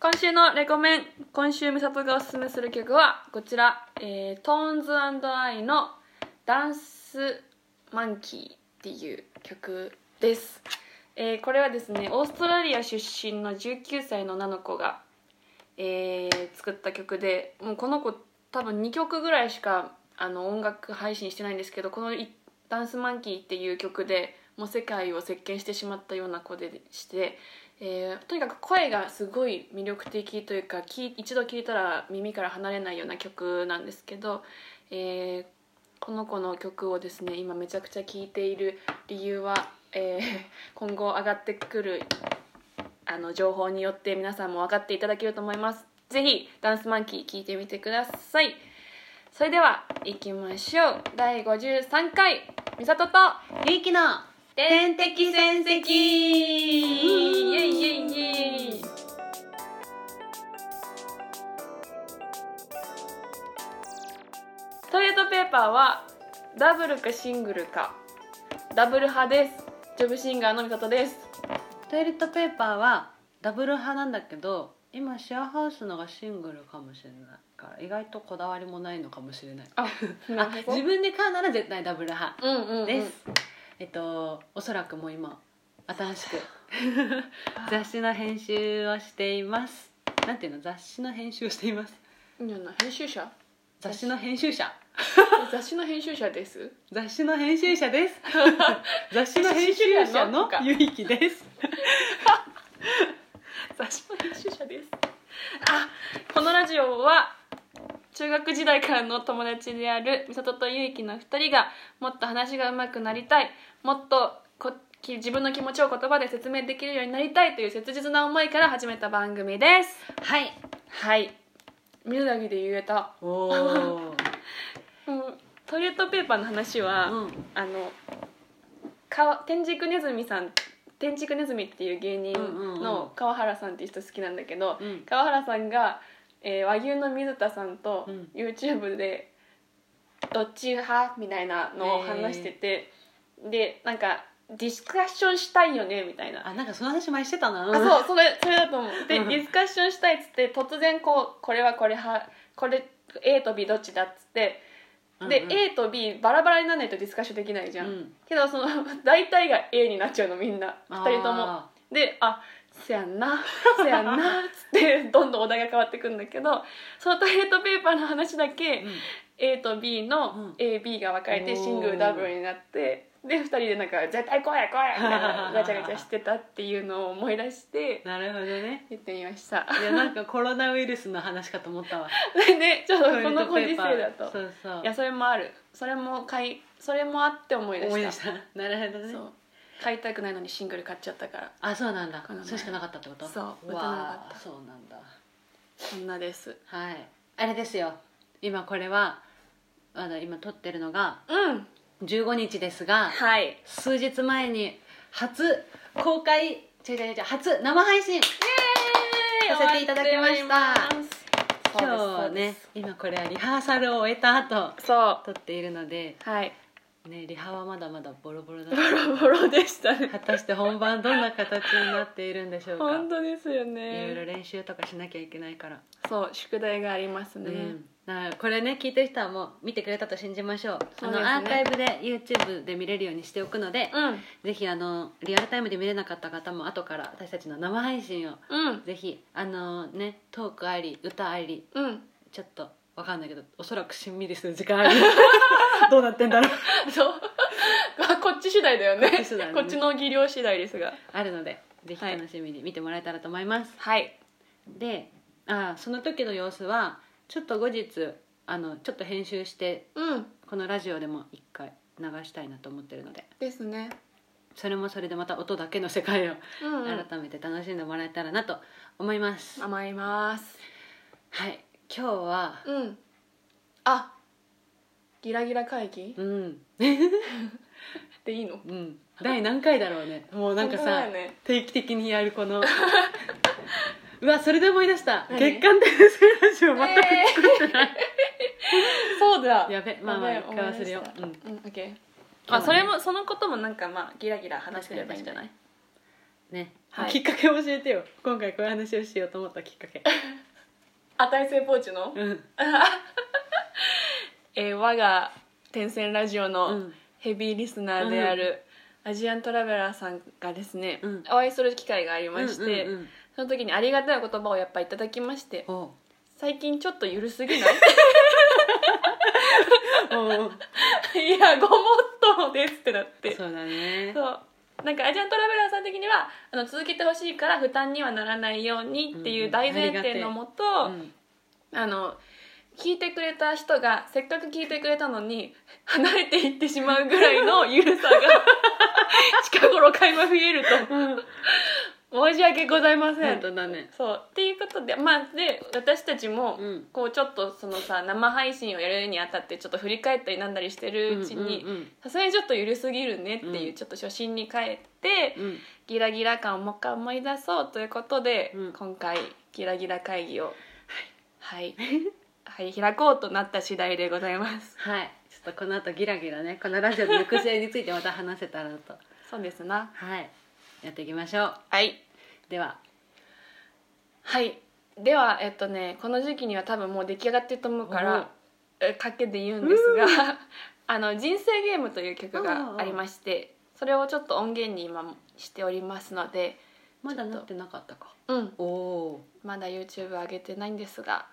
今週のレコメン今週美里がおすすめする曲はこちら、えー、トーンズアイの「ダンスマンキー」っていう曲です、えーこれはですねオーストラリア出身の19歳の女の子が、えー作った曲でもうこの子多分2曲ぐらいしかあの音楽配信してないんですけどこのい「ダンスマンキー」っていう曲でもう世界を席巻してしまったような子でして、えーとにかく声がすごい魅力的というか聞い一度聴いたら耳から離れないような曲なんですけど、えーこの子の曲をですね今めちゃくちゃ聴いている理由は、えー今後上がってくるあの情報によって皆さんも分かっていただけると思いますぜひダンスマンキー聴いてみてくださいそれでは行きましょう第53回美里とゆいきの天敵戦績イエイイエイイエイトイレットペーパーはダブルかシングルかダブル派ですジョブシンガーの美里ですトイレットペーパーはダブル派なんだけど今シェアハウスのがシングルかもしれないから意外とこだわりもないのかもしれないあ、あ自分で買うなら絶対ダブル派うんうん、うん、です、えっとおそらくもう今 新しく雑誌の編集をしていますなんていうの雑誌の編集をしていますいいんじゃない編集 者雑誌の編集者雑誌の編集者です雑誌の編集者です 雑誌の編集者のゆいきです雑誌の編集者ですあこのラジオは中学時代からの友達である美里と結城の2人がもっと話が上手くなりたいもっとこき自分の気持ちを言葉で説明できるようになりたいという切実な思いから始めた番組ですはいはい宮崎で言えた、おおうん、トイレットペーパーの話は、うんあの川天竺ネズミさん天竺ネズミっていう芸人うんうんうんの川原さんっていう人好きなんだけど、うん川原さんが、えー和牛の水田さんとうん YouTube で「どっち派?」みたいなのを話してて、でなんか「ディスカッションしたいよね」みたいなあなんかその話前してたなあそうそれそれだと思うでうんディスカッションしたいっつって突然こうこれはこれはこれ A と B どっちだっつってで、うんうん A と B バラバラにならないとディスカッションできないじゃん、うんけどその 大体が A になっちゃうのみんなあー2人ともであせやんなせやんなっつって どんどんお題が変わってくんだけどそのトイレットペーパーの話だけ、うん A と B うのん AB が分かれておーシングルダブルになってで2人でなんか「絶対こうやこうや」みたいなガチャガチャしてたっていうのを思い出してなるほどね言ってみました いやなんかコロナウイルスの話かと思ったわねちょっとトイレこッのトごペ時ーパー世だとそうそいやうそれもあるそれも買いそれもあって思い出した思い出したなるほどねそう買いたくないのにシングル買っちゃったからあそうなんだこの前それしかなかったってことそう打たなかわったあそうなんだそんなですはいあれですよ今これはまだ今撮ってるのがうん15日ですがはい数日前に初公開違う違う違う初生配信ささせていただきましたそ今うで日ねす今これはリハーサルを終えた後そう撮っているのではいねリハはまだまだボロボロだボ ロボロでしたね 果たして本番どんな形になっているんでしょうか本当ですよいろいろね練習とかしなきゃいけないから、そう宿題がありますうね、ん、だからこれね聞いてる人はもう見てくれたと信じましょうそうあですねのアーカイブで YouTube で見れるようにしておくので、うんぜひあのリアルタイムで見れなかった方も後から私たちの生配信をうんぜひあのねトークあり歌ありうんちょっとわかんないけどおそらくしんみりする時間ありどうなってん だろう そうこっち次第だよねこっち次第ねこっちの技量次第ですがあるのでぜひ楽しみに見てもらえたらと思います、はいであその時の様子はちょっと後日あのちょっと編集してうんこのラジオでも一回流したいなと思ってるのでですねそれもそれでまた音だけの世界をうん、うん、改めて楽しんでもらえたらなと思います、甘いますはい今日はうんあギラギラ会議うんでいいのうん第何回だろうねもうなんか本当ださ、よね定期的にやる このうわそれで思い出した何月刊転生ラジオ全く作ってない、そうだやべまあまあや一べ回忘れよう、う思いん出したうん、オッケー今日はあねそれもそのこともなんかまあギラギラ話してればいいんじゃない確ね、はいきっかけを教えてよ今回こういう話をしようと思ったきっかけ値性ポーチの、うん、えー我が天線ラジオうのん、ヘビーリスナーである、アジアントラベラーさんがですね、うんお会いする機会がありまして、うんうんうんその時にありがたいお言葉をやっぱいただきましておう最近ちょっとゆるすぎ ないおういやごもっともですってなってそうだねそうなんかアジアントラベラーさん的にはあの続けてほしいから負担にはならないようにっていう大前提のもと、うんあの聞いてくれた人がせっかく聞いてくれたのに離れていってしまうぐらいの緩さが近頃垣間増えると申し訳ございません本当だねそうっていうことでまあで私たちも、うんこうちょっとそのさ生配信をやるにあたってちょっと振り返ったりなんだりしてるうちにうんうんさすがにちょっと緩すぎるねっていう、うんちょっと初心に帰って、うんうんギラギラ感をもう一回思い出そうということで、うん今回ギラギラ会議をはい、はい、開こうとなった次第でございますはいちょっとこの後ギラギラねこのラジオの行く末についてまた話せたらなとそうですなはいやっていきましょうはいでははいではえっとねこの時期には多分もう出来上がってると思うかおうらえかけて言うんですが「 あの人生ゲーム」という曲がありましてそれをちょっと音源に今しておりますのでまだなってなかったかうんおおまだ YouTube 上げてないんですが、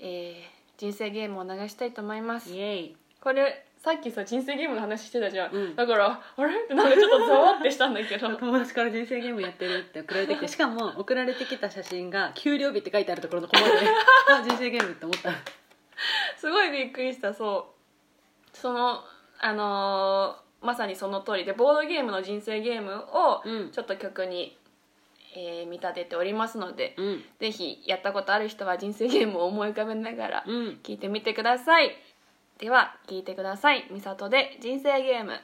えー人生ゲームを流したいと思いますイエイこれさっきさ人生ゲームの話してたじゃん、うんだからあれってなんかちょっとざわってしたんだけど 友達から人生ゲームやってるって送られてき てしかも送られてきた写真が給料日って書いてあるところのコマで あ人生ゲームって思ったすごいびっくりしたそうそのあのーまさにその通りでボードゲームの人生ゲームをうんちょっと曲に、えー見立てておりますので、うんぜひやったことある人は人生ゲームを思い浮かべながらうん聞いてみてくださいでは聞いてください「みさとで人生ゲーム」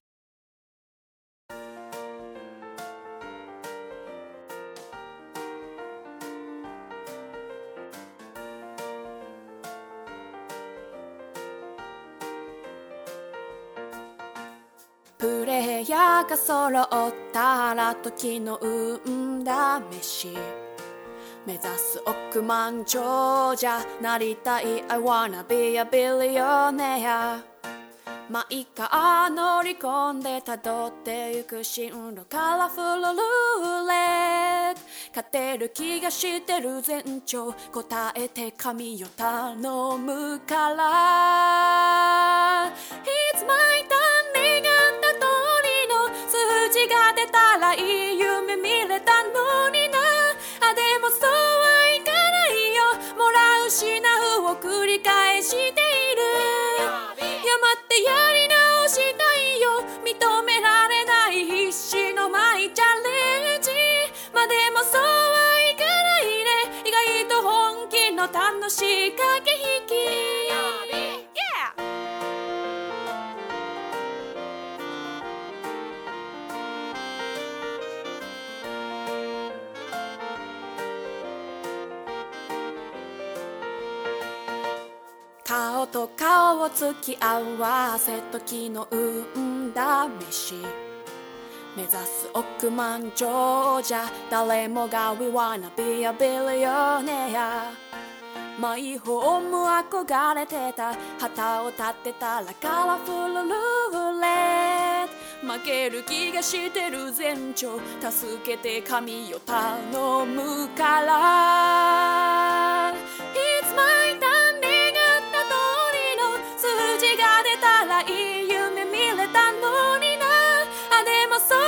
プレイヤーが揃ったら時の運試し目指す億万長者なりたい I wanna be a billionaire 毎回乗り込んで辿ってゆく進路カラフルルーレット勝てる気がしてる前兆答えて神よ頼むから It's my turning あった通りの数字が出たらいい夢見れたのになあでもそうはいかないよもらう失うを繰り返しているやまってやり直したいよ認められない必死のマイチャレンジまあでもそうはいかないね意外と本気の楽しい駆け引き Yeah! 顔と顔を突き合わせ時の運試し目指す億万長者誰もが We wanna be a billionaire マイホーム憧れてた旗を立てたらカラフルルーレット負ける気がしてる前兆助けて神よ頼むから It's my turn 願った通りの数字が出たらいい夢見れたのになあでもそうは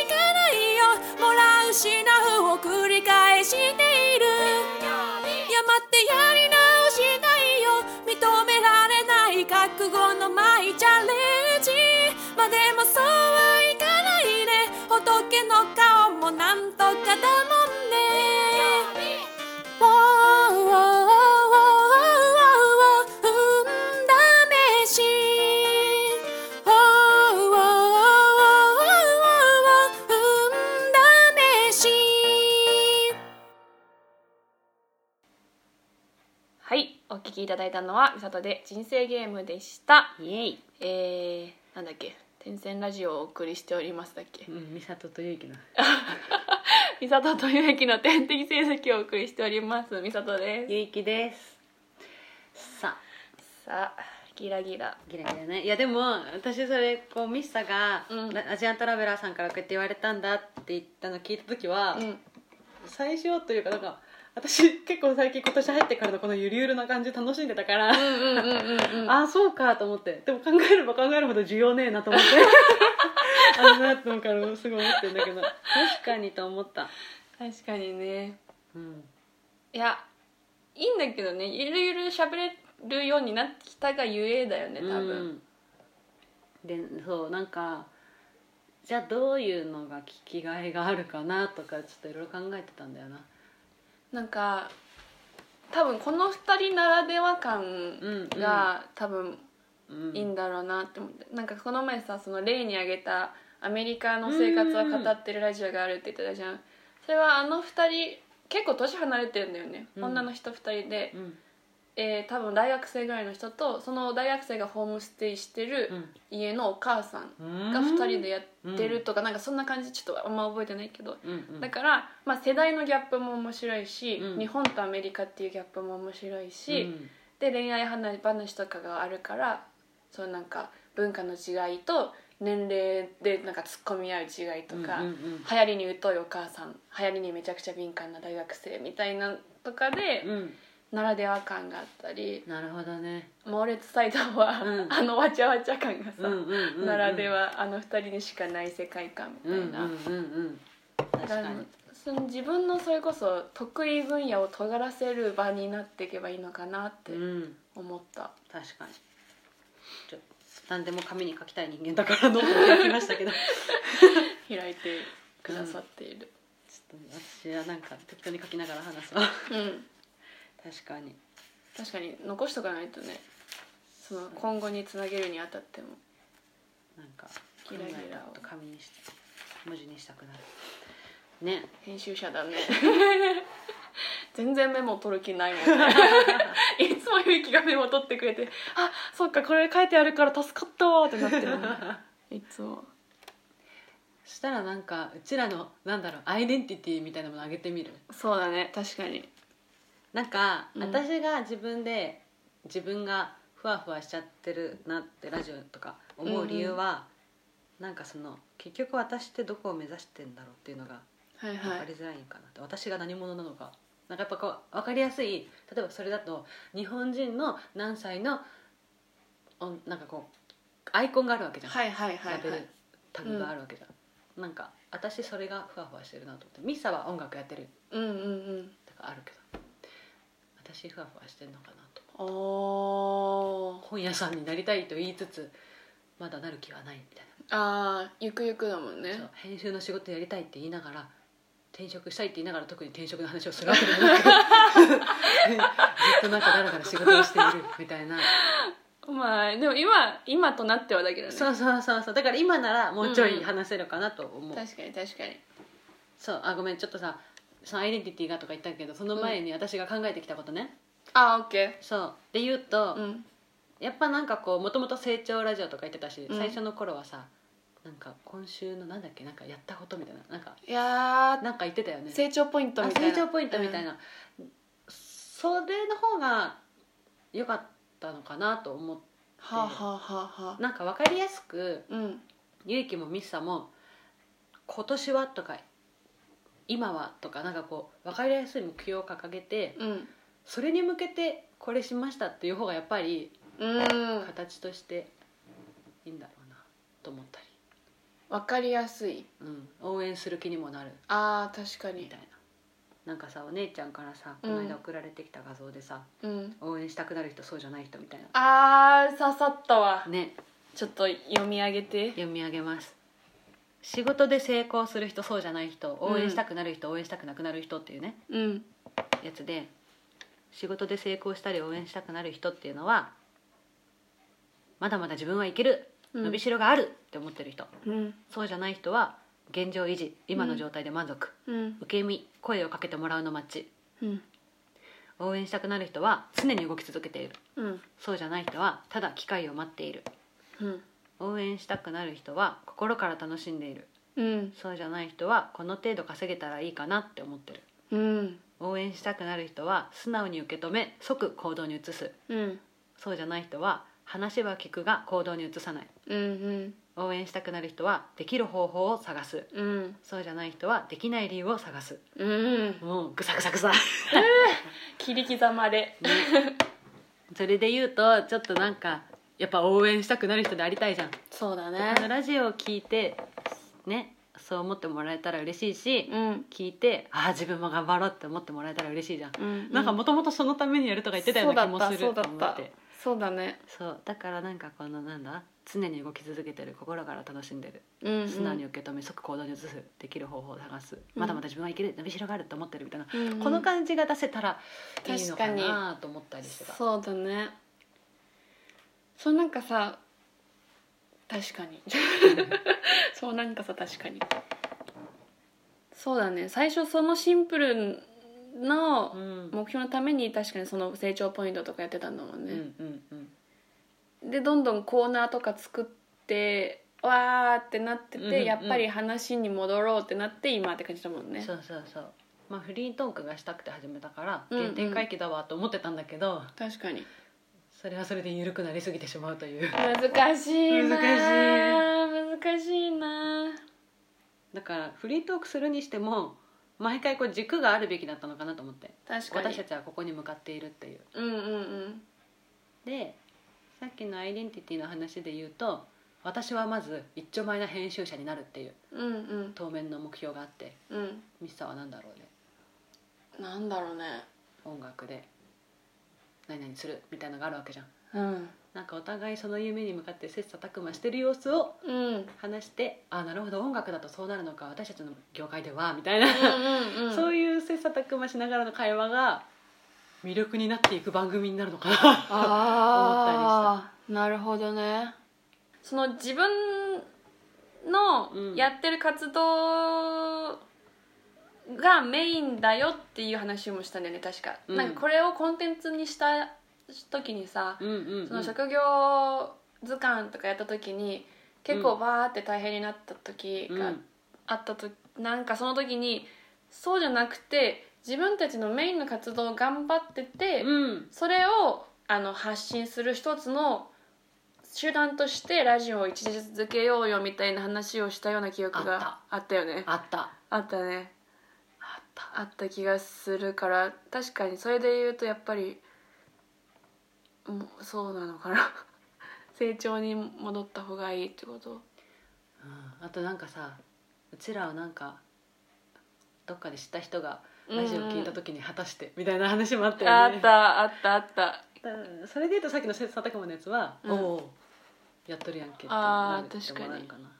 いかないよもらう失うを繰り返しているやまってやり直したいよ認められない覚悟のマイチャレンジまあでもそうはいかないね仏の顔もなんとかだもんね「わーわーわーわーわー運試し」「わーわーわーわーわー運試し」はいお聴きいただいたのは「みさとで人生ゲーム」でしたイエイ、えー、 なんだっけ「天線ラジオ」をお送りしておりますだっけうん、美里と結城の美里とゆえきの点滴成績をお送りしております美里でゆいきですさあすさあギラギラギラギラねいやでも私それこうミッサが、うんラアジアントラベラーさんからこうやって言われたんだって言ったの聞いた時は、うん最初というかなんか私結構最近今年入ってからのこのゆるゆるな感じ楽しんでたから、うんうんうんうんああそうかと思ってでも考えれば考えるほど需要ねえなと思って あんなと思うからすごい思ってるんだけど確かにと思った、確かにねうん、いやいいんだけどねゆるゆる喋れるようになってきたがゆえだよね多分、うん、でそうなんかじゃあどういうのが聞きがいがあるかなとかちょっといろいろ考えてたんだよななんか多分この2人ならでは感うんが多分うんいいんだろうなって思って、なんかこの前さその例に挙げたアメリカの生活を語ってるラジオがあるって言ってたじゃんそれはあの2人結構年離れてるんだよね、うん女の人2人でう、んえー多分大学生ぐらいの人とその大学生がホームステイしてる家のお母さんうんが2人でやってるとか、なんかそんな感じちょっとあんま覚えてないけど、うんうんだから、まあ、世代のギャップも面白いし、うん日本とアメリカっていうギャップも面白いし、うんで恋愛話話とかがあるからそうなんか文化の違いと年齢でなんか突っ込み合う違いとか、うんうん流行りに疎いお母さん流行りにめちゃくちゃ敏感な大学生みたいなとかで、うんうんならでは感があったりなるほどね猛烈サイドは、うんあのわちゃわちゃ感がさ、うんうんうんならではあの二人にしかない世界観みうんたいうな。んうんうん確かにその自分のそれこそ得意分野を尖らせる場になっていけばいいのかなってうん思った、確かにちょ何でも紙に書きたい人間だからノートを書き ましたけどちょ開いてくださっているっと私はなんか適当に書きながら話すわうん、確かに確かに残しとかないとねその今後につなげるにあたってもなんかギラギラを考えたこと紙にして文字にしたくなる ね編集者だね全然メモ取る気ないもんねいつもゆうきがメモ取ってくれてあそっかこれ書いてあるから助かったわーってなってるもんねいつもそしたらなんかうちらのなんだろうアイデンティティみたいなものあげてみるそうだね確かになんか、うん私が自分で自分がふわふわしちゃってるなってラジオとか思う理由は、なんかその結局私ってどこを目指してんだろうっていうのがはいは分かいりづらいかなって、私が何者なのかなんかやっぱこう分かりやすい例えばそれだと日本人の何歳のおなんかこうアイコンがあるわけじゃん、はいはいはいラベはルいタグがあるわけじゃん、なんか私それがふわふわしてるなと思ってミサは音楽やってるうんうんとかあるけど私ふわふわしてんのかなとうんおー本屋さんになりたいと言いつつまだなる気はないみたいあーゆくゆくだもんな、ねそう編集の仕事やりたいって言いながら転職したいって言いながら特に転職の話をするわけじゃ なくてずっとなんかだらだら仕事をしているみたいなまあでも今今となってはだけどねそうそうそうそうだから今ならもうちょい話せるかなと思う、確かに確かにそうあごめんちょっとさそのアイデンティティがとか言ったけどその前に私が考えてきたことね、あーオッケそうで言うーと、うんやっぱなんかこうもともと成長ラジオとか言ってたし、うん最初の頃はさなんか今週のなんだっけなんかやったことみたいななんかいやなんか言ってたよねー成長ポイントあみたいな成長ポイントみたいな、それの方が良かったのかなと思っはあはあはあはあてなんか分かりやすくうんゆうきもみっさも「今年は」とか「今は」とかなんかこう分かりやすい目標を掲げてうんそれに向けてこれしましたっていう方がやっぱりうん形としていいんだろうなと思ったり、わかりやすいうん、応援する気にもなるあー確かみにたいななんかさお姉ちゃんからさこの間送られてきた画像でさ、うん応援したくなる人そうじゃない人みたいあー刺さったわなねちょっと読み上げて読み上げます仕事で成功する人そうじゃない人応援したくなる人、応援したくなくなる人っていうねうんやつで仕事で成功したり応援したくなる人っていうのはまだまだ自分はいけるうん伸びしろがあるって思ってる人、うんそうじゃない人は現状維持今の状態で満足、うん受け身声をかけてもらうのマッチうん応援したくなる人は常に動き続けているうんそうじゃない人はただ機会を待っているうん応援したくなる人は心から楽しんでいるうんそうじゃない人はこの程度稼げたらいいかなって思ってるうん応援したくなる人は素直に受け止め即行動に移すうんそうじゃない人は話は聞くが行動に移さないうん応援したくなる人はできる方法を探すうんうんそうじゃない人はできない理由を探すうんもうグサグサグサ、ね、切り刻まれそれで言うとちょっとなんかやっぱ応援したくなる人でありたいじゃんそうだこねのラジオを聞いてねそう思ってもらえたら嬉しいし、うん聞いてああ自分も頑張ろうって思ってもらえたら嬉しいじゃん、うんなんかもともとそのためにやるとか言ってたような気もするそうだとった思そうだっってたそうだねそうだからなんかこのなんだ常に動き続けてる心から楽しんでるうんうん素直に受け止め即行動に移すできる方法を探す、まだまだ自分はいける伸びしろがあると思ってるみたいな、うんうんこの感じが出せたらいいの確かかなと思ったりしてたそうだねそうなんかさ確かに そうなんかさ確かにそうだね最初そのシンプルうのん目標のために確かにその成長ポイントとかやってたんだもんうんね、うんうんでどんどんコーナーとか作ってわーってなってて、うんうんやっぱり話に戻ろうってなって今って感じだもんねそうそうそうまあフリートークがしたくて始めたからうんうん原点回帰だわと思ってたんだけど、確かにそれはそれで緩くなりすぎてしまうという難しいな難難しい難しいなだからフリートークするにしても毎回こう軸があるべきだったのかなと思って確かに私たちはここに向かっているっていううんうんでさっきのアイデンティティの話で言うと私はまず一丁前な編集者になるっていううんうんうん当面の目標があってうんミスさんは何だろうねなんだろうね音楽で何々するみたいなのがあるわけじゃんうんなんかお互いその夢に向かって切磋琢磨してる様子をうんうん話してあなるほど音楽だとそうなるのか私たちの業界ではみたいな、うんうんそういう切磋琢磨しながらの会話が魅力になっていく番組になるのかなああなるほどねその自分うんのやってる活動がメインだよっていう話もしたんだよね確か、うんなんかこれをコンテンツにした時にさ、うんうん、うん、その職業図鑑とかやった時に結構バーって大変になった時うがんあったと、なんかその時にそうじゃなくて自分たちのメインの活動を頑張ってて、うんそれをあの発信する一つの手段としてラジオを一時続けようよみたいな話をしたような記憶があったよねあったあったねあったあった気がするから確かにそれで言うとやっぱりもうそうなのかな 成長に戻った方がいいってことうんあとなんかさうちらをなんかどっかで知った人がうんうんラジオ聞いた時に果たしてみたいな話もあったよあねったあったあったうんそれで言うとさっきの切磋琢磨のやつは、うんおおやっとるやんけってあーなる確かになるな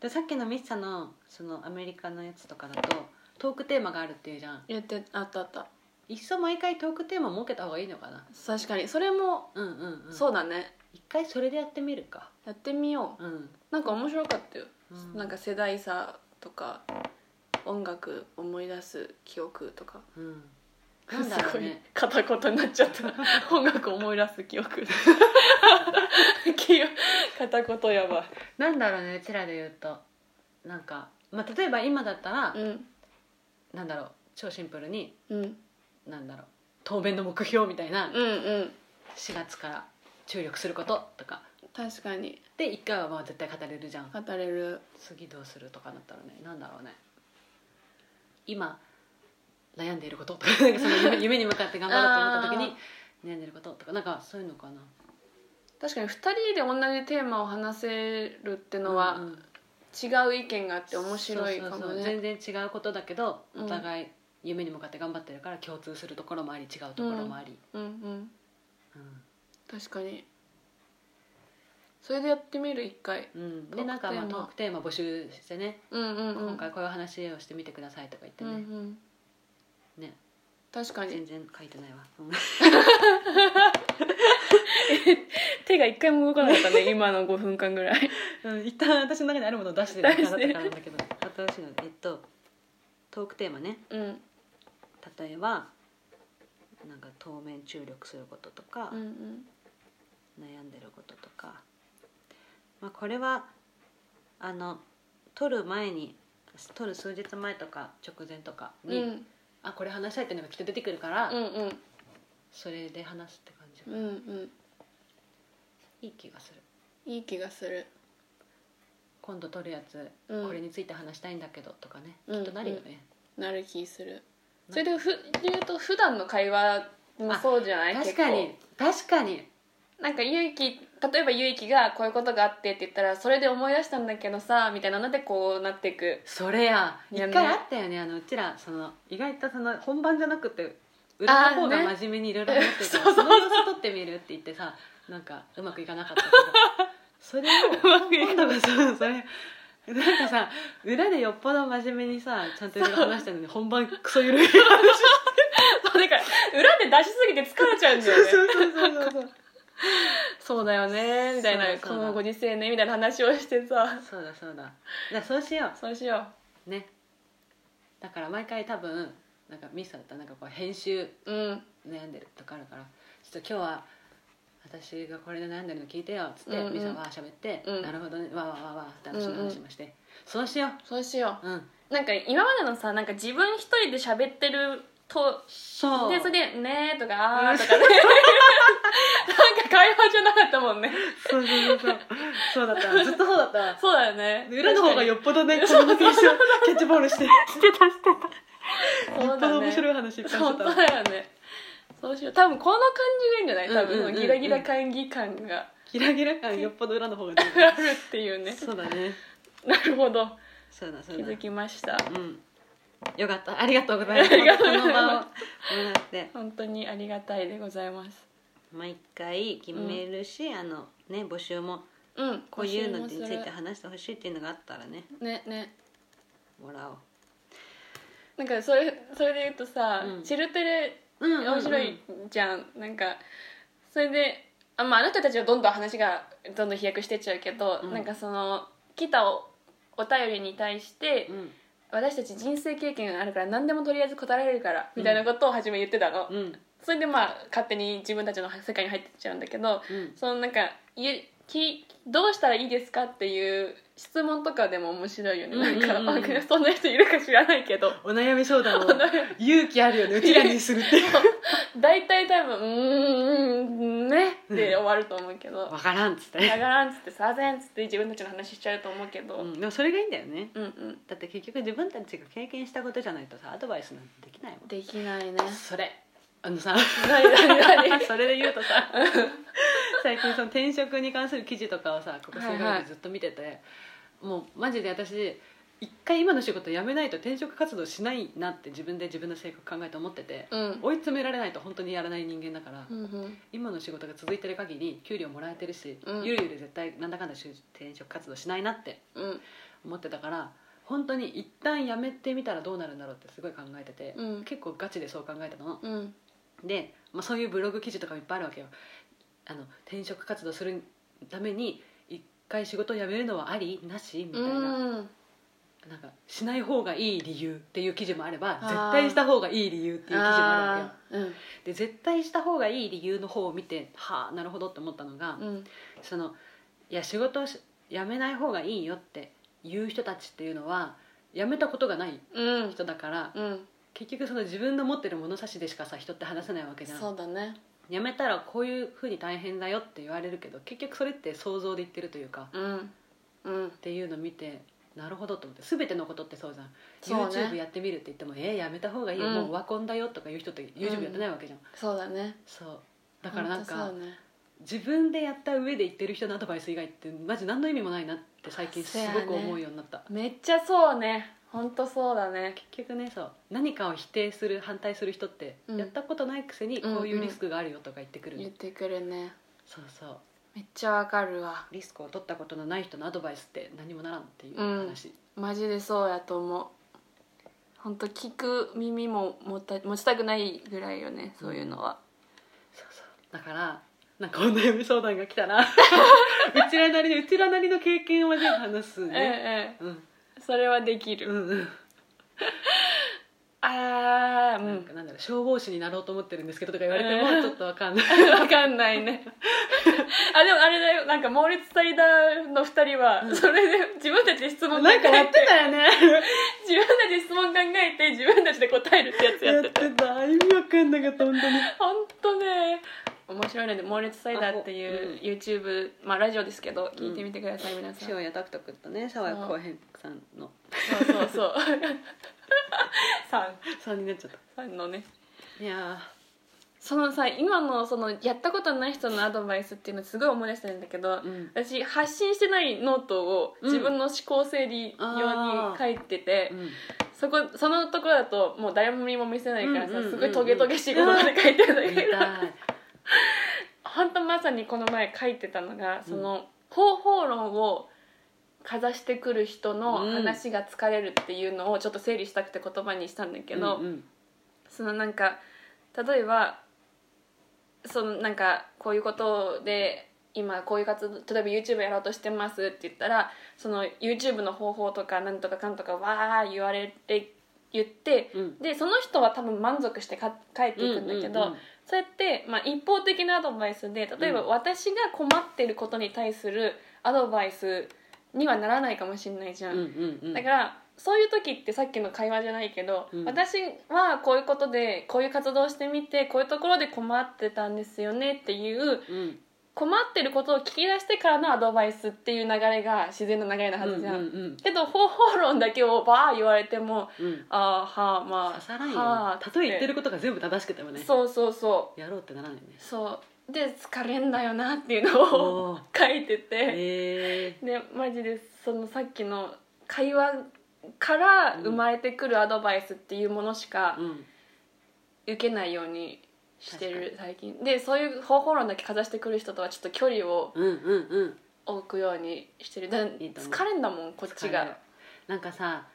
でさっきのミッサのそのアメリカのやつとかだとトークテーマがあるっていうじゃん言ってあったあったいっそ毎回トークテーマ設けた方がいいのかな確かにそれもうんうん、うん、そうだね、一回それでやってみるかやってみよううん、なんか面白かったようん、なんか世代差とか音楽思い出す記憶とかうんなんだろうね すごい片言になっちゃった 音楽思い出す記憶記憶片言やばなんだろうねうちらで言うとなんか、まあ、例えば今だったら、うんなんだろう超シンプルにうんなんだろう当面の目標みたいなうんうん4月から注力することとか確かにで1回はまあ絶対語れるじゃん語れる次どうするとかなったらねなんだろうね今悩んでいることとか なんかその夢夢に向かって頑張ろうと思った時に悩んでいることとかなんかそういうのかな確かに2人で同じテーマを話せるってのはうんうん違う意見があって面白いかそうもそうそうね全然違うことだけどうんお互い夢に向かって頑張ってるから共通するところもあり違うところもあり、うんうんうん確かにそれでやってみる一回うん、トーでクなんかまあテーマトークテーマ募集してね、うんうんうん今回こういう話をしてみてくださいとか言ってうんうね、んね確かに全然書いてないわ、手が一回も動かなかったね 今の5分間ぐらいうん、一旦私の中にあるものを出してるからだったからなんだけど新しいのえっとトークテーマねうん例えばなんか当面注力することとか、うんうん悩んでることとか、まあ、これはあの撮る前に撮る数日前とか直前とかうに、んあこれ話したいっていうのがきっと出てくるから、うんうんそれで話すって感じ、うんうんいい気がするいい気がする今度撮るやつ、うんこれについて話したいんだけどとかね、うんきっとなるよね、なる気するうんそれでふ言うと普段の会話もそうじゃない確かに結確かに構なんか結城例えば結城がこういうことがあってって言ったらそれで思い出したんだけどさみたいなのでこうなってい くそれやいや一ね回あったよねあのうちらその意外とその本番じゃなくて裏の方あーがね真面目にいろいろ話してるか ら、そうそそうの様子撮ってみるって言ってさなんかうまくいかなかったけどそれうをまくいか今度がさそれなんかさ裏でよっぽど真面目にさちゃんといろいろ話してるのに本番クソ緩い話そうだから裏で出しすぎて疲れちゃうんだ よねうそうそうそうそうだよねみたいなそうだこそうだのご時世ねみたいな話をしてさそうだそうだじゃあそうしよそうしようねだから毎回多分なんかミスだったらなんかこう編集ううん悩んでるとかあるからちょっと今日は私がこれで悩んでるの聞いてよっつって、うんうんみさは喋って、うんなるほどねわわわわって私の話もして、そうしよそうしよううんうなんか今までのさなんか自分一人で喋ってるとそうでそれで「ね」とか「あー」とかねなんか会話じゃなかったもんねそうそうそう そうだったずっとそうだったわそうだよね裏の方がよっぽどねコミュニケー ションキャッチボールしてよっっぽど面白い話いっぱいしてた本当だよねそうしよう多分この感じがいいんじゃない多分、うんうんうんうんギラギラ会議感がギラギラ 感よっぽど裏の方が出あるるっていうねそうだねなるほどそうだそう気だづきましたうんよかったありがとうございますありがとうこございの場をもらまって本当にありがたいでございます毎回決めるし、あのね募集もうんこういうのにつ募集いもてす話してほしいっていうのがあったらねるねねもらおうなんかそれそれで言うとさ、うんチルテレうんうんうん面白いじゃん,、なんかそれであ,、まあ、あなたたちはどんどん話がどんどん飛躍してっちゃうけど、うんなんかその来たおお便りに対して、うん私たち人生経験あるから何でもとりあえず答えられるからみたいなことを初め言ってたの、うんうんそれでまあ勝手に自分たちの世界に入ってっちゃうんだけどそのなんかゆきどうしたらいいですかっていう質問とかでも面白いよね、うんうんうんなんかわかんないそんな人いるか知らないけどお悩み相談 を勇気あるよねうちらにするって大体多分「うーんうーんね」って終わると思うけど わからんっつって「だからん」っつって「さあぜん」っつって自分たちの話しちゃうと思うけど、うん、でもそれがいいんだよねうんうんだって結局自分たちが経験したことじゃないとさアドバイスなんてできないもんできないねそれあのさ何何何 それで言うとさ最近その転職に関する記事とかをさここ数はいはヶい月ずっと見てて、もうマジで私一回今の仕事辞めないと転職活動しないなって自分で自分の性格考えて思ってて、うん追い詰められないと本当にやらない人間だから、うんうん今の仕事が続いてる限り給料もらえてるし、うんゆるゆる絶対なんだかんだ就転職活動しないなってうん思ってたから本当に一旦辞めてみたらどうなるんだろうってすごい考えてて、うん結構ガチでそう考えたの。うんで、まあ、そういうブログ記事とかもいっぱいあるわけよあの転職活動するために一回仕事を辞めるのはありなしみたいな,、うんなんかしない方がいい理由っていう記事もあればあー絶対した方がいい理由っていう記事もあるわあーうんけよで絶対した方がいい理由の方を見てはあなるほどって思ったのが、うんそのいや仕事をし辞めない方がいいよって言う人たちっていうのは辞めたことがないうん人だから、うん結局その自分の持ってる物差しでしかさ人って話せないわけじゃんそうだね辞めたらこういうふうに大変だよって言われるけど結局それって想像で言ってるというかっうんうんていうのを見てなるほどと思って全てのことってそうじゃんそうね YouTube やってみるって言っても「えー、やめた方がいいよ、うんもうワコンだよ」とか言う人って YouTube やってないわけじゃん、そうだねそうだからなんほかとそうね自分でやった上で言ってる人のアドバイス以外ってマジ何の意味もないなって最近すごく思うようになった、めっちゃそうね本当そうだね結局ねそう何かを否定する反対する人って、うんやったことないくせにこういうリスクがあるよとか言ってくるの、言ってくるねそうそうめっちゃわかるわリスクを取ったことのない人のアドバイスって何もならんっていううん話、マジでそうやと思う本当聞く耳も持た持ちたくないぐらいよねそういうのは、そうそうだからなんかお悩み相談が来 たらうちらなりのうちらなりの経験を交えて話すええね、えうん、えそれはできる、うんうんああうなんんかなんだろう消防士になろうと思ってるんですけどとか言われてもちょっとわかんない、わかんないね あでもあれだよなんか猛烈サイダーの2人は、それで自分たちで質問考え なんかやってたよね自分たちで質問考えて自分たちで答えるってやつや やっっててたた意味わかんなかった本当に ほんとね面白いので「猛烈サイダー」っていうあ YouTube まあラジオですけど聞いてみてください、皆さん塩谷拓人とね沢谷浩平さんのそうそうそう さん3になっちゃっさんのねたいやそのさ今のそのやったことない人のアドバイスっていうのすごい思い出したんだけど、ー うん私発信してないノートを自分の思考整理用に書いてて、うんそこそのところだともう誰もにも見せないからさ、うんうんうんうんすごいトゲトゲしいことまで書いてるんだ見たけいど本当まさにこの前書いてたのがその、方法論をかざしてくる人の話が疲れるっていうのをちょっと整理したくて言葉にしたんだけど、うんうんそのなんか例えばそのなんかこういうことで今こういう活動例えば YouTube やろうとしてますって言ったらその YouTube の方法とかなんとかかんとかわー言われて言って、うんでその人は多分満足してか帰っていくんだけど、うんうんうんそうやって、まあ、一方的なアドバイスで例えばうん私が困ってることに対するアドバイスにはならないかもしれないじゃうんうんうんだからそういう時ってさっきの会話じゃないけど、うん私はこういうことでこういう活動をしてみてこういうところで困ってたんですよねっていううん困ってることを聞き出してからのアドバイスっていう流れが自然の流れなはずじゃん、うんうんけど方法論だけをバー言われてもうんうんああはあまあ刺さらんはあよ例え言ってることが全部正しくてもねそうそうそうやろうってならないよねそうで疲れんだよなっていうのをおー書いてて、 えでマジでそのさっきの会話から生まれてくるアドバイスっていうものしかーうん受けないようにしてる最近でそういう方法論だけかざしてくる人とはちょっと距離をうんうんうん置くようにしてるだいと思う疲れんだもんこっち疲れるがなんかさ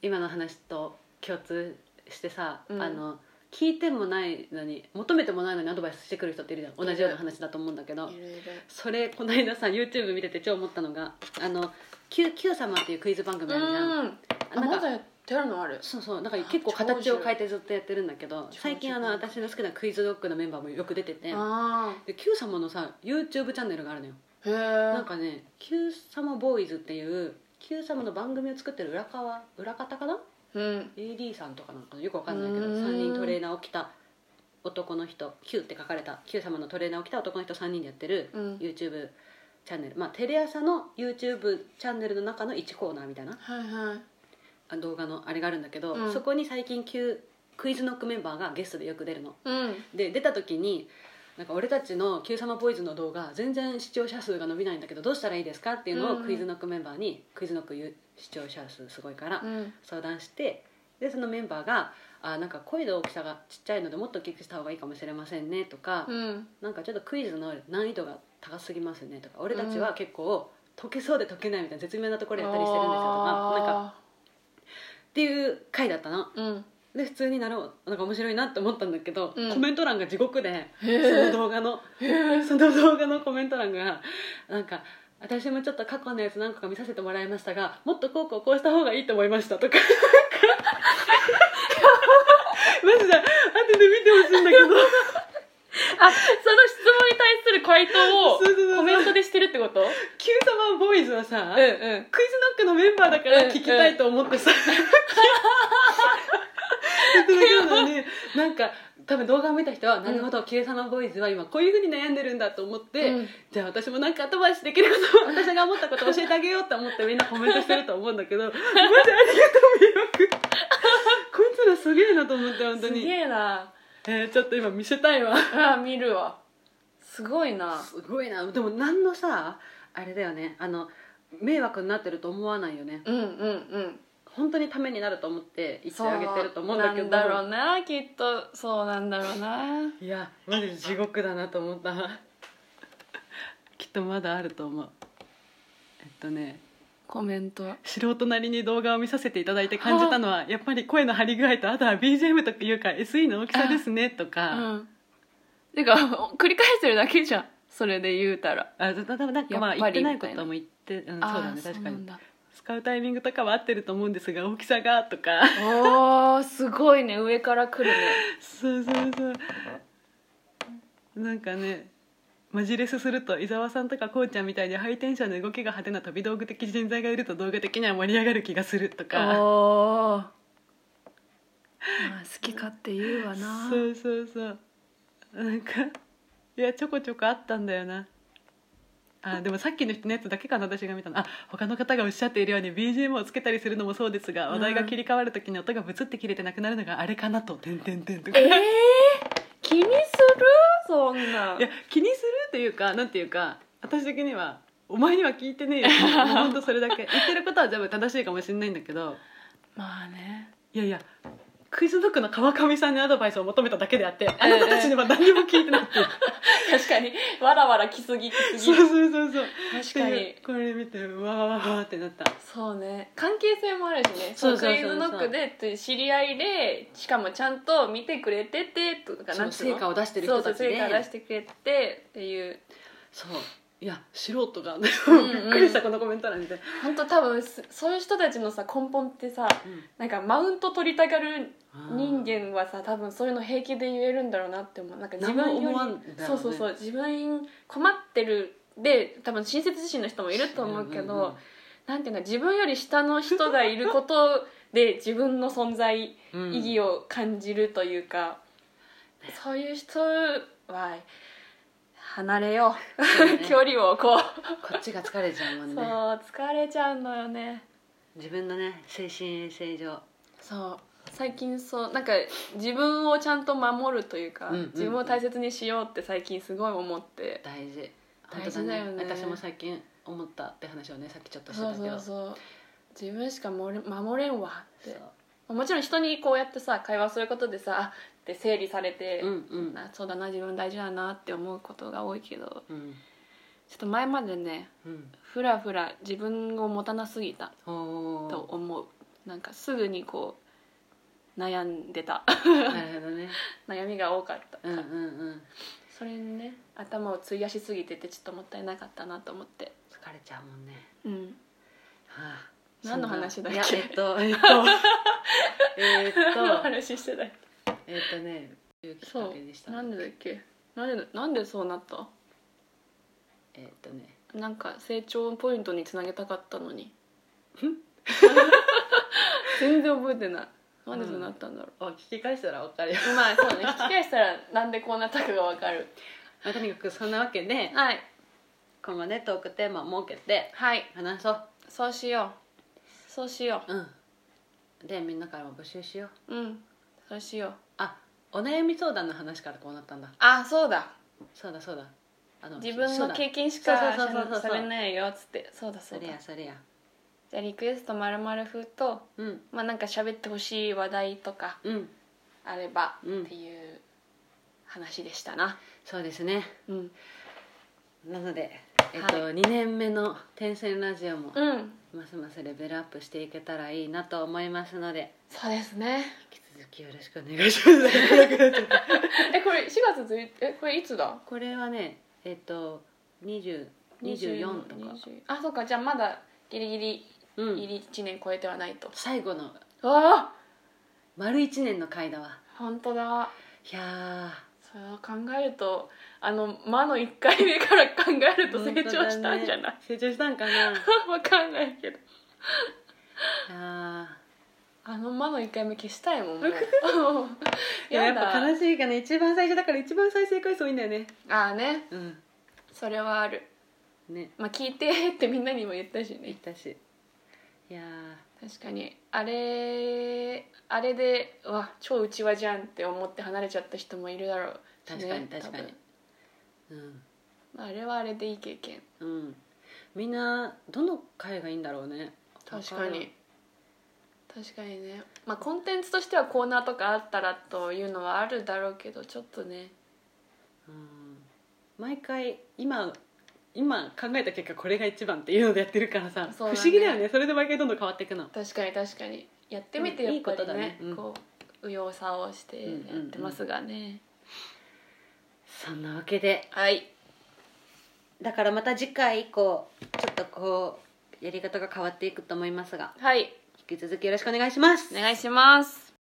今の話と共通してさ、うんあの聞いてもないのに求めてもないのにアドバイスしてくる人っているじゃん同じような話だと思うんだけどいろいろそれこの間さ YouTube 見てて超思ったのがあの Q, Q 様っていうクイズ番組あるじゃうんんあなんかまだやってるのあるそうそうだからあ結構形長を寿変えてずっとやってるんだけど寿最近あの私の好きなクイズドッグのメンバーもよく出ててあで Q 様のさ YouTube チャンネルがあるのよあへえなんかね「Q 様ボーイズ」っていう Q 様の番組を作ってる裏側裏方かなうん、 AD さんとかなのかなよくわかんないけどうーん3人トレーナーを着た男の人 Q って書かれた Q 様のトレーナーを着た男の人3人でやってるうん YouTube チャンネル、まあテレ朝の YouTube チャンネルの中の1コーナーみたいなはいはいあ動画のあれがあるんだけど、うんそこに最近 Q クイズノックメンバーがゲストでよく出るのうんで出た時になんか俺たちの「Q 様ボーイズ」の動画全然視聴者数が伸びないんだけどどうしたらいいですかっていうのをうんクイズノックメンバーに「クイズノックゆ視聴者数すごいからうん相談してでそのメンバーが「あなんか声の大きさがちっちゃいのでもっと大きくした方がいいかもしれませんね」とか、うんなんかちょっとクイズの難易度が高すぎますね」とか「俺たちは結構解けそうで解けないみたいな絶妙なところやったりしてるんですよ」とかなんかあっていう回だったの。ーうんで普通になろうなんか面白いなって思ったんだけど、うんコメント欄が地獄でその動画のその動画のコメント欄がなんか私もちょっと過去のやつ何個か見させてもらいましたがもっとこうこうこうした方がいいと思いましたとかマジで後で見てほしいんだ けどあその質問に対する回答をそうそうそうそうコメントでしてるってこと「Q 様ボーイズ」はさ、うんクイズうんノックのメンバーだから聞きたいと思って さ、やってるだけなのになんか多分動画を見た人は、なるほど Q 様ボーイズは今こういうふうに悩んでるんだと思って、うんじゃあ私もなんかアドバイスできること を私が思ったことを教えてあげようと思ってみんなコメントしてると思うん だけどマジありがとう迷惑こいつらすげえなと思って本当すに、げえなえーちょっと今見せたいわあ見るわすごいなすごいなでも何のさあれだよねあの迷惑になってると思わないよねうんうんうん本当にためになると思って言ってあげてると思うんだけそうなんどだろうなきっとそうなんだろうないやマジ地獄だなと思った きっとまだあると思うえっとねコメント素人なりに動画を見させていただいて感じたのはやっぱり声の張り具合とあとは BGM というか SE の大きさですねとうかんてか繰り返してるだけじゃんそれで言うたらあ多分なんかまあやっぱ言ってりないことも言って、うん、そうだねあー確かにだ使うタイミングとかは合ってると思うんですが大きさがとかおーすごいね上から来るねそうそうそうなんかねマジレスすると伊沢さんとかこうちゃんみたいにハイテンションで動きが派手な飛び道具的人材がいると動画的には盛り上がる気がするとおーかまあ好き勝手言うわなそうそうそうなんかいやちょこちょこあったんだよなあでもさっきの人のやつだけかな私が見たのあ他の方がおっしゃっているように BGM をつけたりするのもそうですがうん話題が切り替わる時に音がブツって切れてなくなるのがあれかなと「てんてんてん」とかえいー、気にするそんなんや気にするっていうかなんていうか私的には「お前には聞い てねえよ」ほんとそれだけ言ってることは全部正しいかもしれないんだけどまあねいやいやクイズドッグの川上さんにアドバイスを求めただけであってあなたたちには何も聞いてないっていう確かにわらわら来すぎ来すそうぎそうそうそう確かにこれ見てうわーわーわーってなったそうね関係性もあるしねそうそうそうそうクイズノックでって知り合いでしかもちゃんと見てくれててとかなんていうのを出してそうそう成果出してくれてっていうそういや素人がびんうんっくりしたこのコメント欄見て、本当多分すそういう人たちのさ根本ってさうなんかマウント取りたがる人ん間間はさ多分そういうの平気で言えるんだろうなって思うなんか自何分もよ思わんり、だろうねそうそうそう自分困ってるで多分親切心の人もいると思うけど、んんなんていうか自分より下の人がいることで自分の存在うんうん意義を感じるというか、そういう人は離れよう、そうね 距離を置こうこっちが疲れちゃうもんそうね疲れちゃうのよね自分のね精神衛生上そう最近そうなんか自分をちゃんと守るというか、うんうん自分を大切にしようって最近すごい思って大事大事だよね本当私も最近思ったって話をねさっきちょっとしてそたうけどそうそう自分しか守れ守れんわってそうもちろん人にこうやってさ会話することでさあって整理されて、うんうんあそうだな自分大事だなって思うことが多いけどちょうんっと前までねうんふらふら自分を持たなすぎたおと ー思うなんかすぐにこう悩んでたなるほどね 悩みが多かったかうんら、うんうんそれにね頭を費やしすぎててちょっともったいなかったなと思って疲れちゃうもんね うんはあ何の話だっけいやえっとえっとえ っ何のと話してたっけえっとね勇気そかけでしたうなんでだっけなんでなんでそうなったえっとねなんか成長ポイントにつなげたかったのに 全然覚えてないなんでそうなったんだろう、あ聞き返したら分かるよ、まあそうね聞き返したらなんでこうなったかがわかるまあ、とにかくそんなわけではい今後ねトークテーマ設けてはい話そうそうしようそうしようんでみんなからも募集しようううんそうしようあお悩み相談の話からこうなったんだあそうだそうだそうだあの自分の経験しかそうだそうそうそうそうしゃべんないよっつってそうだそそううだそだれやそれやじゃあリクエストまるまる風とうんまあなんか喋ってほしい話題とかうんあればうんっていう話でしたなそうですねうんなのでえっと、は2年目の「転戦ラジオ」もうんますますレベルアップしていけたらいいなと思いますのでそうです ね引き続きよろしくお願いします えこれ4月1えこれいつだこれはねえっと20 24とか、 20あそうかじゃあまだギリギリうギん、リ1年超えてはないと、最後のわあ丸1年の回だわ本当だいやそう考えるとあの「魔」の1回目から考えーると成長したんじゃない、 本当だね成長したんかないわかんないけどやあの「魔」の1回目消したいもんもうーいやや やっだぱ悲しいかね一番最初だから一番再生回数多いんだよねああねうんそれはあるねまあ聞いてってみんなにも言ったし言っねたしいやー確かにあれあれでうわ超うちわじゃんって思って離れちゃった人もいるだろうし確かにね確か多に分、うんまあ、あれはあれでいい経験うんみんなどの回がいいんだろうね確かに確かにねまあコンテンツとしてはコーナーとかあったらというのはあるだろうけどちょっとねうん毎回今今考えた結果これが一番っていうのでやってるからさ、不そうだね思議だよねそれで毎回どんどん変わっていくの確かに確かにやってみてうんやっぱりいいことだねねうんこう右往左往してやってますがね、そんなわけではいだからまた次回以降ちょっとこうやり方が変わっていくと思いますがはい引き続きよろしくお願いしますお願いします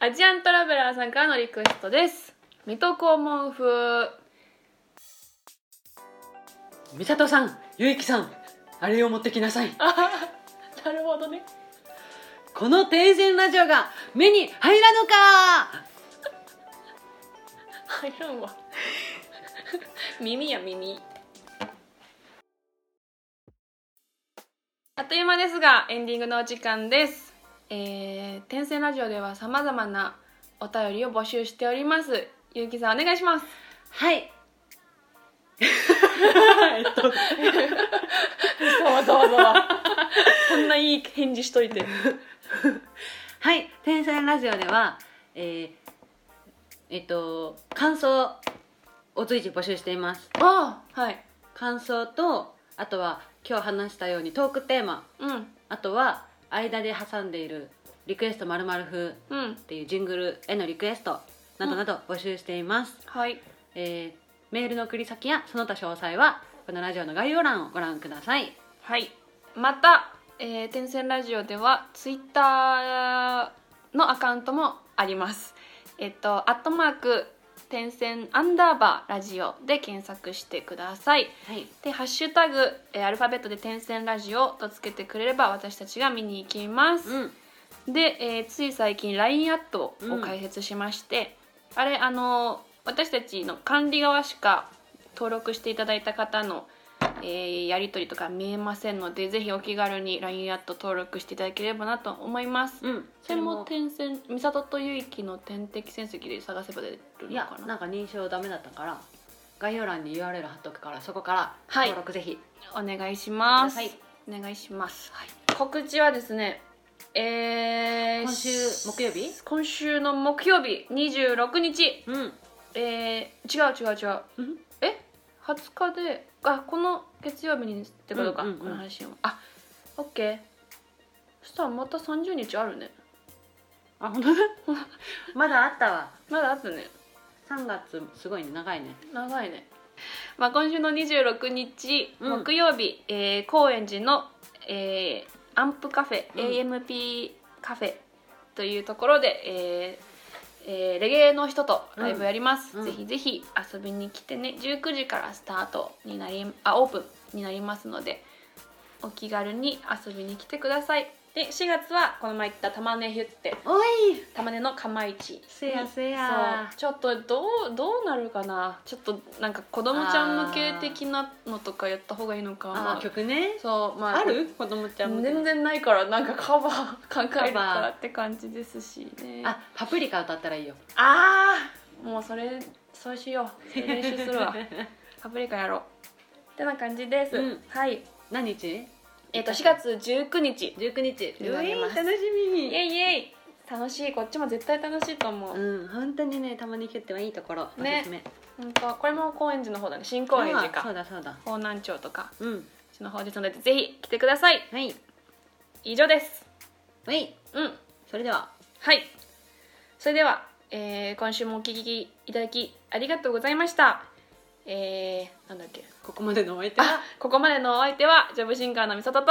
アジアントラベラーさんからのリクエストです水戸黄門風美里さんゆいきさんあれを持ってきなさいあなるほどねこの停戦ラジオが目に入らぬか入らんわ耳や耳あっという間ですがエンディングのお時間ですえー、天線ラジオではさまざまなお便りを募集しておりますゆうきさんお願いしますはい えっとざわざわざ わそんないい返事しといてはい「天才ラジオ」ではえーえっと感想を随時募集しています ああはい感想とあとは今日話したようにトークテーマうんあとは間で挟んでいる「リクエストまる風」っうんていうジングルへのリクエストなどなど募集しています、はいえーメールの送り先やその他詳細はこのラジオの概要欄をご覧くださいはいまた、えー、天線ラジオではツイッターのアカウントもありますえっとアットマーク天線アンダーバーラジオで検索してくださいはいでハッシュタグ、えーアルファベットで天線ラジオとつけてくれれば私たちが見に行きます、うんで、えーつい最近 LINE アットを開設しまして、あれあのー私たちの管理側しか登録していただいた方の、えーやり取りとか見えませんのでぜひお気軽に LINE アット登録していただければなと思います、うんそれも点線美里と結城の点滴戦績で探せば出るのいやかななんか認証ダメだったから概要欄に URL 貼っとくからそこからはい登録ぜひ、お願いします、はいお願いします、はい、告知はですねえー今週木曜日今週の木曜日26日うんえー、違う違う違ううんえ20日であこの月曜日にってことか、うんうんうんこの話をあオッケーそしたらまた30日あるねあ本当 まだあったわまだあとね3月すごいね長いね長いね、まあ、今週の26日うん木曜日、えー高円寺の、えーアンプカフェ、うん AMP カフェというところで、えーえーレゲエの人とライブやります、うんぜひぜひ遊びに来てね19時からスタートになりあオープンになりますのでお気軽に遊びに来てくださいで4月はこの前言った玉ねひゅっておい玉ねの釜市せやせやそうちょっとどうどうなるかなちょっとなんか子供ちゃん向け的なのとかやった方がいいのかあまあ曲ねそうまあある子供ちゃんも全然ないからなんかカバー考えるカからバーって感じですしねあパプリカ歌ったらいいよあーもうそれそうしようそれ練習するわパプリカやろうってな感じです、うんはい 何日えっ、と4月19日19日うわうわ楽みイエイイエイ楽しいこっちも絶対楽しいと思う、うん本当にねたまにキュッてはいいところおすねすめ本当これも高円寺の方だね新高円寺あそうかだそうだ方南町とかうんこっちの方ですのでぜひ来てくださいはい以上ですはいうんそれでははいそれでは、えー今週もお聞きいただきありがとうございましたえー、なんだっけここまでのお相手あはここまでのお相手はジョブシンガーのみさとと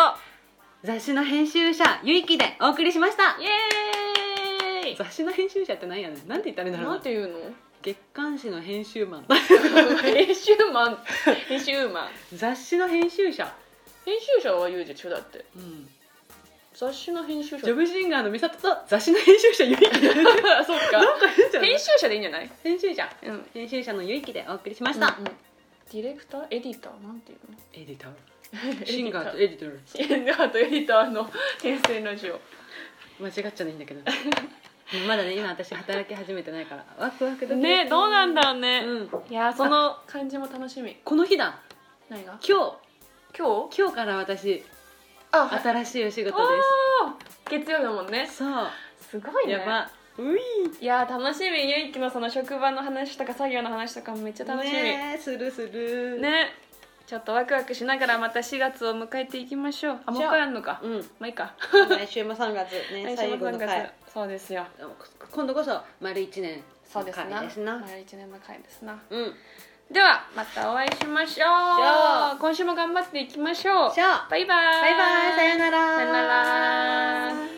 雑誌の編集者ゆいきでお送りしましたイエーイ雑誌の編集者って何やねんなんて言ったらいいんだろうなんなていうの月刊誌の編集マン編集マン編集マン 雑誌の編集者編集者はユージ中だってうん雑誌の編集者ジョブシンガーの美里と雑誌の編集者ゆいきなんか そうか変じゃない編集者でいいんじゃない編集者うん編集者のゆいきでお送りしまし明た、ディレクターエディターなんていうのエディターーシンガーとエディターシンガーとエディターの転生ラジオ間違っちゃないんだけど まだね今私働き始めてないからワクワクだねどうなんだろうね、うんいやーその感じも楽しみこの日だ何が今今日日今日から私ああ新しいお仕事ー月曜だもんでねすそうすごいねやばういいやー楽しみゆいきのその職場の話とか作業の話とかもめっちゃ楽しみねねえするするちょっとワクワクしながらまた4月を迎えていきましょうあもう一回やんのか うんまあいいか来週も3月ね来週も最後3の月回そうですよ今度こそ丸1年そうのです回なですな丸一年の回ですなうんではまたお会いしましょじゃあう今週も頑張っていきましょうじゃあバイバイバイバイさよならさよなら